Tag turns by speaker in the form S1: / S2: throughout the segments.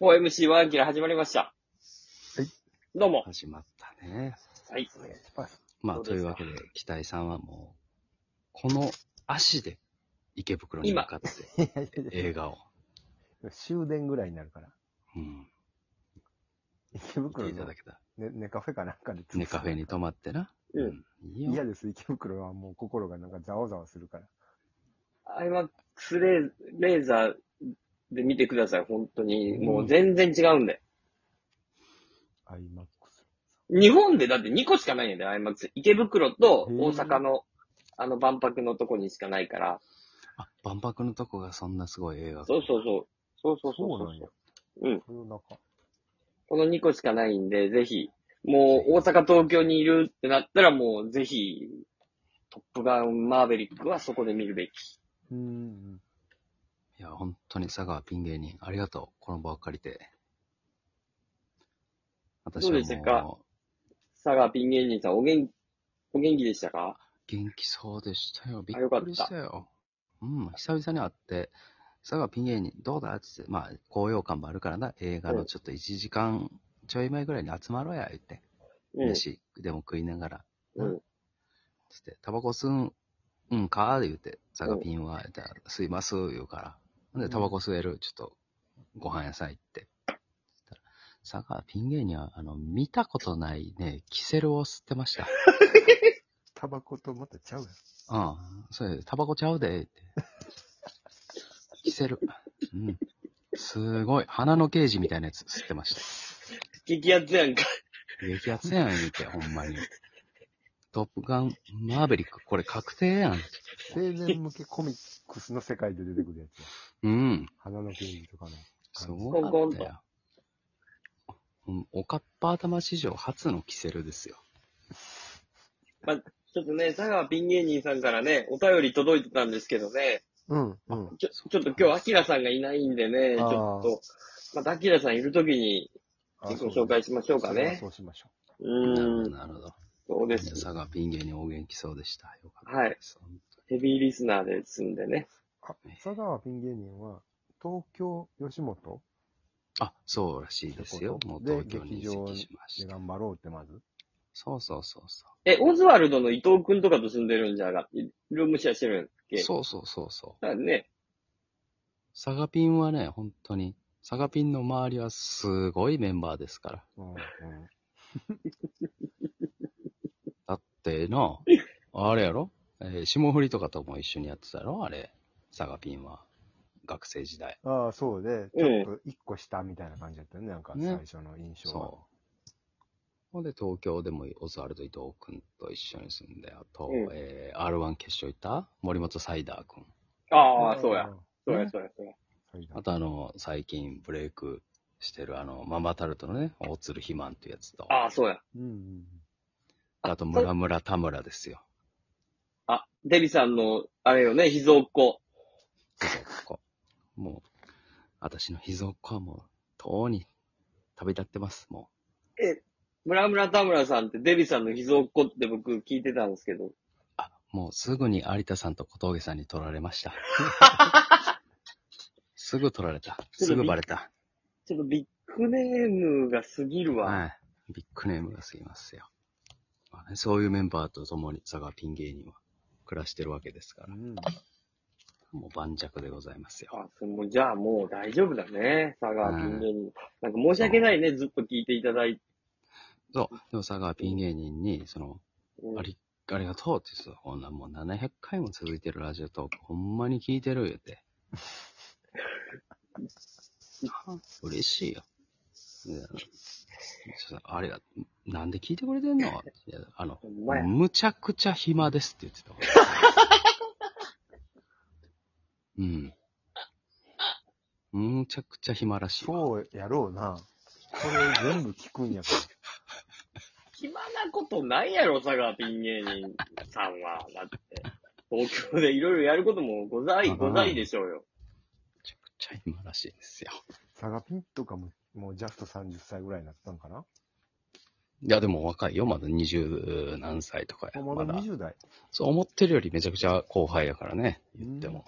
S1: 4MC ワンキラ始まりました。はい。どうも。
S2: 始まったね。
S1: はい。
S2: まあ、
S1: どう
S2: と
S1: で
S2: い
S1: す
S2: う
S1: か
S2: わけで、北井さんはもう、この足で池袋に向かって
S3: いやいやいや
S2: 映画を。
S3: 終電ぐらいになるから。
S2: うん。
S3: 池
S2: 見て
S3: 袋
S2: いた
S3: の
S2: だけた。
S3: ネネカフェかなんかで。
S2: ネカフェに泊まってな。
S1: うん
S2: ん。いい
S3: 嫌
S2: よ。
S3: です、池袋はもう心がなんかざわざわするから。
S1: アイマックスレーレーザーで見てください、本当に。
S2: うん
S1: もう全然違うんで。
S3: アイマックス。
S1: 日本でだって2個しかないんだよ、アイマックス。池袋と大阪の、あの万博のとこにしかないから。
S2: あ、万博のとこがそんなすごい映画。
S1: そうそうそう。そうそうそう
S3: そう
S1: そ
S3: な
S1: うんう
S3: や。
S1: ん。
S3: それをなんか、
S1: この2個しかないんで、ぜひ、もう大阪、東京にいるってなったら、もうぜひ、トップガンマーベリックはそこで見るべき。
S3: うーん。
S2: いや、本当に佐川ピン芸人、ありがとう。この場を借りて。私は
S1: どうでしたか
S2: もう、
S1: 佐賀ピン芸人さん、お元気、お元気でしたか
S2: 元気そうでしたよ。びっ
S1: よかった
S2: くりしたよ。うん、久々に会って、佐賀ピン芸人、どうだっつって、まあ、高揚感もあるからな、映画
S1: う
S2: の
S1: ん
S2: ちょっと1時間ちょい前ぐらいに集まろうや、言って。
S1: うん。
S2: 飯でも食いながら、
S1: うん。
S2: つって、タバコ吸うん、うんかー言って、佐賀ピンは、言ったら、吸います、言うから。ほん
S3: う
S2: で、
S3: ん
S2: タバコ吸える、ちょっと、ご飯屋さん行って。つったら佐賀ピン芸人は、あの、見たことないね、キセルを吸ってました。
S3: タバコとまたちゃうやん。
S2: うん。それ、タバコちゃうで、って。キセル。うん。すごい。鼻のケージみたいなやつ吸ってました。
S1: 激アツやんか。
S2: 激アツやん、言うて、ほんまに。トップガン、マーベリック、これ確定やん。
S3: 青年向けコミックスの世界で出てくるやつや。
S2: うん。
S3: 花の剣とかの。
S2: すごかったよ。うんおかっぱ頭史上初のキセルですよ。
S1: ちょっとね、佐川ピン芸人さんからね、お便り届いてたんですけどね、
S3: うん、うん。
S1: ちょ、ちょっと今日、アキラさんがいないんでね、ち
S3: あー
S1: ょっと、またアキラさんいるときに、
S3: あ
S1: 自己紹介しましょうかね
S3: そうしましょ
S1: う
S2: なるほ
S1: ー
S2: ど、
S1: ん、
S2: なるほど。
S1: そうで
S2: じゃあ
S1: す。
S2: 佐賀ピン芸にお元気そうでした。よかったです。
S1: ヘビーリスナーですんでね。
S3: う。あ、佐川ピン芸人は、東京吉本
S2: あ、そうらしいですよ。もう
S3: で
S2: 東京に移籍しまし
S3: で
S2: た。
S3: 頑張ろうってまず。
S2: そうそうそうそう。
S1: え、オズワルドの伊藤くんとかと住んでるんじゃなかルームシェアしてるんだっけ
S2: そうそうそうそう。
S1: だからね、
S2: サガピンはね、本当に、サガピンの周りはすごいメンバーですから。
S3: うん、うん。
S2: だって な、あれやろ、えー霜降りとかとも一緒にやってたやろあれ、サガピンは。学生時代。
S3: ああ、そうで、ち
S1: うん
S3: ょっと一個下みたいな感じだったよね、なんか
S2: ね
S3: 最初の印象は。
S2: そう。ほんで、東京でもオズワルド伊藤君と一緒に住んで、あと、
S1: うん
S2: えー R1 決勝行った森本サイダー君。
S1: ああ、そうや。。そうや、
S2: ね
S1: そうや、そうや。
S3: そうだ
S2: あと、あの、最近ブレイクしてる、あの、ママタルトのね、大鶴ひまんっていうやつと、
S1: ああ、そうや。
S3: うんうん。
S2: あと、村村田村ですよ。
S1: あ、デビさんの、あれよね、秘蔵っ子。
S2: こうもう、私の秘蔵っ子はもう、とうに旅立ってます、も
S1: え、村村田村さんってデビさんの秘蔵っ子って僕聞いてたんですけど。
S2: う。あ、もうすぐに有田さんと小峠さんに取られま した。すぐ取られた。すぐバレた。
S1: ちょっとビッグネームが過ぎるわ。
S2: はい。ビッグネームが過ぎますよ。まあね、そういうメンバーと共に佐賀ピン芸人は暮らしてるわけですか
S3: う
S2: ら、
S3: ん
S2: もう盤石でございますよ。
S1: あ、それもじゃあもう大丈夫だね。佐川ピン芸人。なんか申し訳ないね、ずっと聞いていただいて。
S2: そう。でも佐賀ピン芸人に、その、
S1: うん
S2: あり、ありがとうって言ってたこんなもう700回も続いてるラジオトーク、ほんまに聞いてる言って。あ嬉しいよ。でちょっとあれが、なんで聞いてくれてんのいやあの、
S1: ほんまや。
S2: むちゃくちゃ暇ですって言ってた。うん。むちゃくちゃ暇らしいわ。
S3: そうやろうな。これ全部聞くんやか
S1: 暇なことないやろ、佐川ピン芸人さんは。だって。東京でいろいろやることもござい、
S2: うん
S1: ございでしょうよ。
S2: むちゃくちゃ暇らしいですよ。
S3: ら。サガピンとかも、もうジャスト30歳ぐらいになったんかない
S2: や、でも若いよ。まだ二十何歳とか
S3: あ
S2: や。
S3: ま
S2: ま
S3: だ
S2: だ。
S3: 20代。
S2: そう思ってるよりめちゃくちゃ後輩やからね、言っても。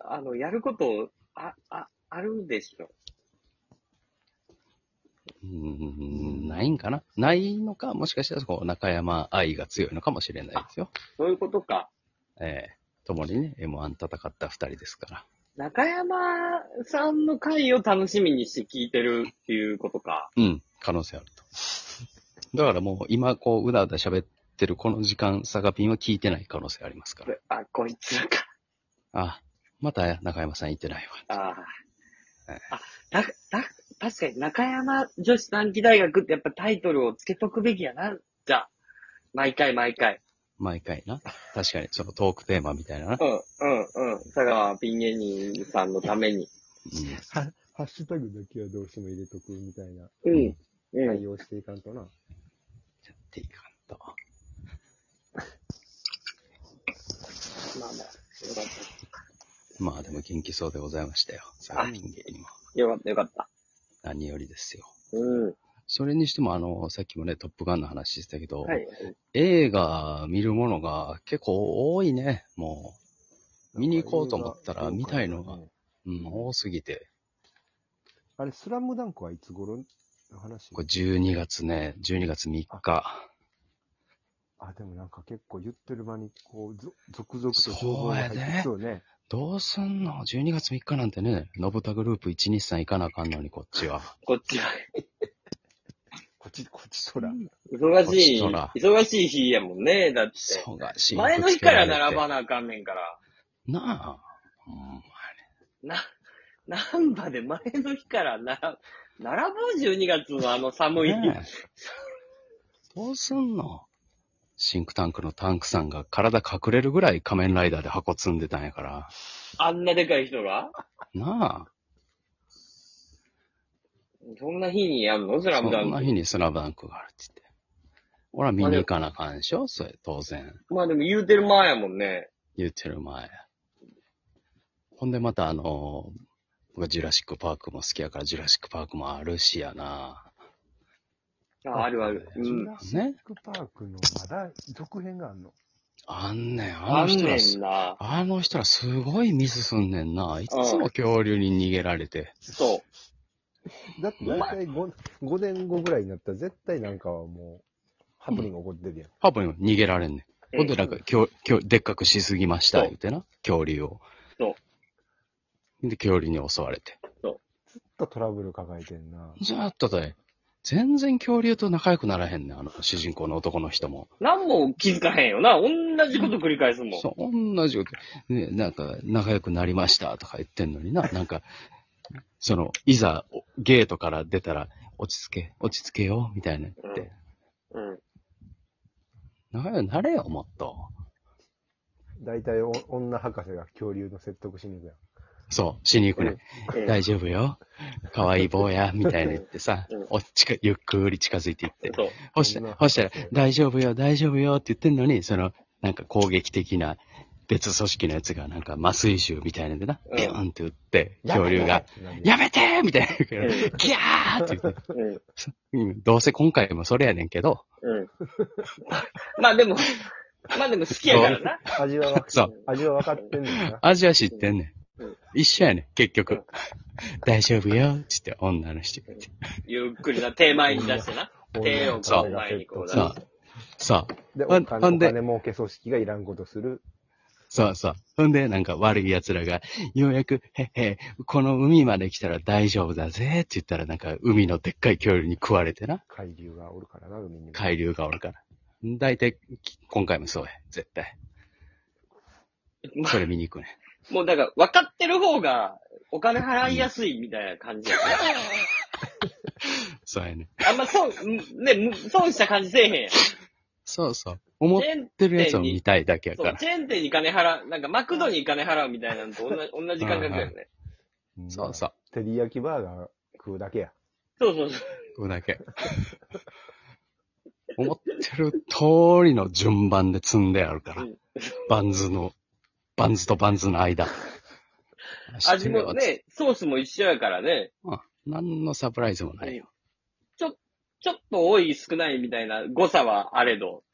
S1: あの、やることを、あ、あ、あるでしょ。
S2: うーん、ないんかなないのか、もしかしたらこう中山愛が強いのかもしれないですよ。
S1: そういうことか。
S2: ええ共にね、M1 戦った二人ですから。
S1: 中山さんの回を楽しみにして聞いてるっていうことか。
S2: うん、可能性あると。だからもう今こう、うだうだ喋ってるこの時間、サガピンは聞いてない可能性ありますか
S1: こ
S2: ら。
S1: れあ、こいつらか。
S2: あ、また中山さん行ってないわ。
S1: ああ
S2: ええ。
S1: あ、だ、だ、確かに中山女子短期大学ってやっぱタイトルをつけとくべきやな。じゃあ、毎回毎回。
S2: 毎回な。確かにそのトークテーマみたいなな。
S1: うん、うん、うん。佐川ピン芸人さんのために。
S3: はハッシュタグだけはどうしても入れとくみたいな
S1: う
S2: うん
S1: ん、うん。
S3: 対応していかんとな。
S2: やっていかんと。
S1: まあまあ、よかっ
S2: まあでも元気そうでございましたよ。サガピン芸にも。
S1: た。よかった、よかった。
S2: 何よりですよ。
S1: うん。
S2: それにしても、あの、さっきもね、トップガンの話したけど、
S1: はい。
S2: 映画見るものが結構多いね、もう。見に行こうと思ったら、見たいのが、うん、多すぎて。
S3: あれ、スラムダンクはいつ頃の話
S2: これ12月ね、12月3日。
S3: あ、でもなんか結構言ってる間に、こう、ぞ続々と
S2: そうやで
S3: ってきそうね。
S2: どうすんの ?12 月3日なんてね、のぶたグループ123行かなあかんのに、こっちは。
S1: こっちは、
S3: こっち、こっちそら。
S1: 忙しい、
S2: こっちとら
S1: 忙しい日やもんね。だって、
S2: 忙しい。
S1: 前の日から並ばなあかんねんから。
S2: なあ。ほんま
S1: な、 なんばで前の日からな、並ぼう12月のあの寒い
S2: に
S1: 日。
S2: ねえどうすんのシンクタンクのタンクさんが体隠れるぐらい仮面ライダーで箱積んでたんやから。
S1: あんなでかい人が
S2: なあ。
S1: そんな日にやんのスラ
S2: そ
S1: ムダン
S2: んな日
S1: ク。
S2: にスラムダンクがあるって言って。俺は見に行かなあかんでしょそれ、当然。
S1: まあでも言うてる前やもんね。
S2: 言ってる前。ほんでまたあのー僕はジュラシックパークも好きやから、ジュラシックパークもあるしやな。
S1: あ、あるある。う
S3: ジュ
S1: ん。
S3: ラシックパークのまだ続編があんの。
S2: あんねん、あ
S1: あ
S2: の
S1: ん
S2: 人ら
S1: ね
S2: す
S1: ん、な。
S2: あの人らすごいミスすんねんな。いつも恐竜に逃げられて。
S1: そ
S3: だって大体 5, 5年後ぐらいになったら絶対なんかはもう、ハプニング起こってるやん。
S2: パパにも逃げられんね。
S1: うん
S2: ほんでなんか、恐恐でっかくしすぎました、
S1: そう
S2: 言うてな。恐竜を。
S1: そ
S2: で、恐竜に襲われて。
S3: ずっとトラブル抱えてんな。
S2: ずーっとだよ。全然恐竜と仲良くならへんねんあの主人公の男の人も。
S1: う。なんも気づかへんよな。同じこと繰り返すもん。
S2: そう、同じこと。ね、なんか、仲良くなりましたとか言ってんの にな。なんか、その、いざ、おゲートから出たら、落ち着け、落ち着けよ、みたいな言って。
S1: うん。
S2: 仲良くなれよ、もっと。
S3: 大体お女博士が恐竜の説得しに行くやん。
S2: そう、しに行くね。
S1: うん
S2: 大丈夫よ。可愛い坊や、みたいな言ってさ
S1: うん、
S2: おっちか、ゆっくり近づいていって。
S1: そう。
S2: ほしたら、ほしたら、大丈夫よ、大丈夫よって言ってんのに、その、なんか攻撃的な別組織のやつが、なんか麻酔銃みたいなんでな、
S1: うん
S2: ビューンって撃って、恐竜が、やめてーみたいな言うから、
S1: うん
S2: ギャーって言って、
S1: うん。
S2: うんどうせ今回もそれやねんけど、
S1: うん。 まあでも、まあでも好きやからな。
S3: 味はわか、
S2: そう、
S3: 味は分かってんねんな。
S2: 味は知ってんねん
S1: うん。
S2: 一緒やねん、
S1: う
S2: 結局
S1: ん。
S2: 大丈夫よ、つって女の人が言って。
S1: ゆっくりな、手前に出してな。手を
S2: そ
S1: こ
S2: う
S1: う前にこう出
S2: さ
S1: して。
S2: あ、さあ、
S3: で、
S2: ほん
S3: お金
S2: ほんで
S3: お金儲け組織がいらんことする。
S2: そうそう。ほんで、なんか悪い奴らが、ようやく、へっへ、この海まで来たら大丈夫だぜって言ったら、なんか海のでっかい恐竜に食われてな。
S3: 海流がおるからな、海にも。
S2: 海竜がおるから。大体、き今回もそうや。絶 対。
S1: まあ
S2: それ見に行くね。
S1: もうだから、分かってる方が、お金払いやすいみたいな感じやね。
S2: そうやね。
S1: あんま損、んね、む損した感じせえへんやん。チ
S2: そうそう。思っ
S1: ェーン
S2: てるやつ
S1: 店
S2: を見
S1: に、
S2: たいだけや
S1: そ
S2: か
S1: う
S2: ら。
S1: チェーン店に金払う、なんかマクドに金払うみたいなのと同じ同じ感覚やよね。
S3: うん
S2: そうそう。
S3: 照り焼きバーガー食うだけや。
S1: そうそうそう。
S2: これだけ。 思ってる通りの順番で積んであるから
S1: うん。
S2: バンズの、バンズとバンズの 間。
S1: 味もね、ソースも一緒やからね。
S2: 何のサプライズもないよ。
S1: ちょ、ちょっと多い少ないみたいな誤差はあれど。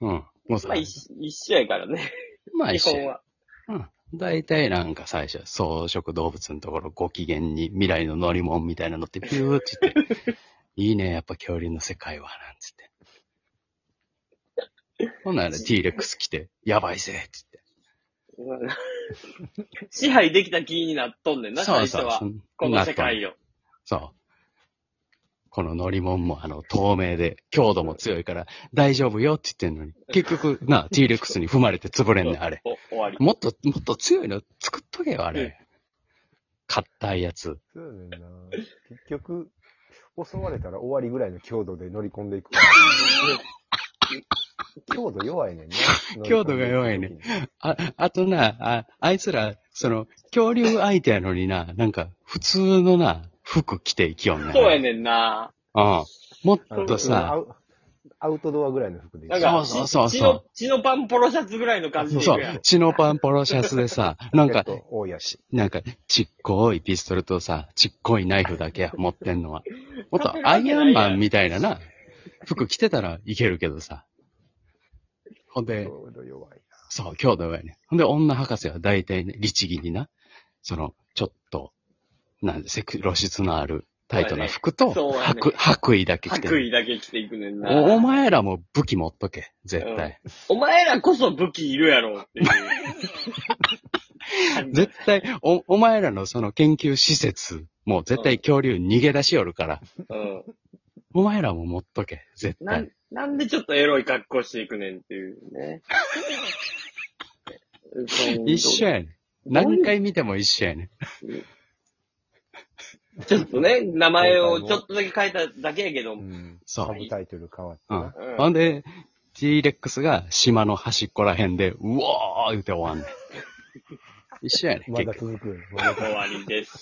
S2: うん。もうさ
S1: まあ、一緒一緒やからね。
S2: まあ
S1: 基
S2: 一緒
S1: 本
S2: や。
S1: は。
S2: うん。大体なんか最初、草食動物のところご機嫌に未来の乗り物みたいなのってピューって言って、 いいね、やっぱ恐竜の世界は、なんつって。ほんなら T レックス来て、やばいぜ、つって。
S1: 支配できた気になっとんねんな、最初は。
S2: ん
S1: この世界
S2: なっ
S1: を。
S2: たのそう。この乗り物もあの透明で強度も強いから大丈夫よって言ってんのに。結局な、T レックスに踏まれて潰れんねん、あれ。
S1: お終わり。
S2: もっと、もっと強いの作っとけよ、あ
S1: う
S2: れ。硬いやつ。
S3: そうやねんな。結局、襲われたら終わりぐらいの強度で乗り込んでいくから。強度弱いねんな。
S2: 強度が弱いねあ、あとな、あ、あいつら、その、恐竜相手やのにな、なんか、普通のな、服着ていきよんね。
S1: そうやねんな。
S2: うん。も
S3: あ
S2: っ
S3: の
S2: と
S3: ア
S2: さ、
S3: ウアウトドアぐらいの服で行
S1: な
S3: く
S1: んか、
S2: そうそうそう
S1: 血の、血のパンポロシャツぐらいの感じでい
S2: そ
S1: くや
S2: う、
S1: ん。
S2: チノパンポロシャツでさ、なんか、
S3: ちょっと多いやし。
S2: なんか、ちっこいピストルとさ、ちっこいナイフだけや、持ってんのは。もっとアイアンマンみたいなな、服着てたらいけるけどさ。ほんで、
S3: 強度弱い
S2: そう、強度がやね。ほんで、女博士は大体ね、律儀にな、その、ちょっと、なんで、セク露出のあるタイトな服と、
S1: そうやね
S2: 白白衣だけ着て
S1: 白衣
S2: る
S1: だけ着ていくねんな。
S2: おお前らも武器持っとけ、絶対。
S1: お前らこそ武器いるやろっていう。
S2: 絶対お、お前らのその研究施設、もう絶対恐竜逃げ出しよるから、
S1: うん。
S2: お前らも持っとけ、絶
S1: な
S2: 対
S1: ん。、なんでちょっとエロい格好していくねんっていう ね。そう
S2: 一緒やねん。何回見ても一緒やねん。
S1: ちょっとね、名前をちょっとだけ変えただけやけど、
S3: な。うん。
S2: そう
S3: サ。ブタイトル変わって
S2: う
S3: な。
S1: うん
S2: ん。ほんで、T レックスが島の端っこら辺で、うおー言うて終わんねん。一緒やねん、
S3: ま
S2: 結
S3: だ
S2: 局。
S3: 続くよ。まだ続く
S1: 終わりです。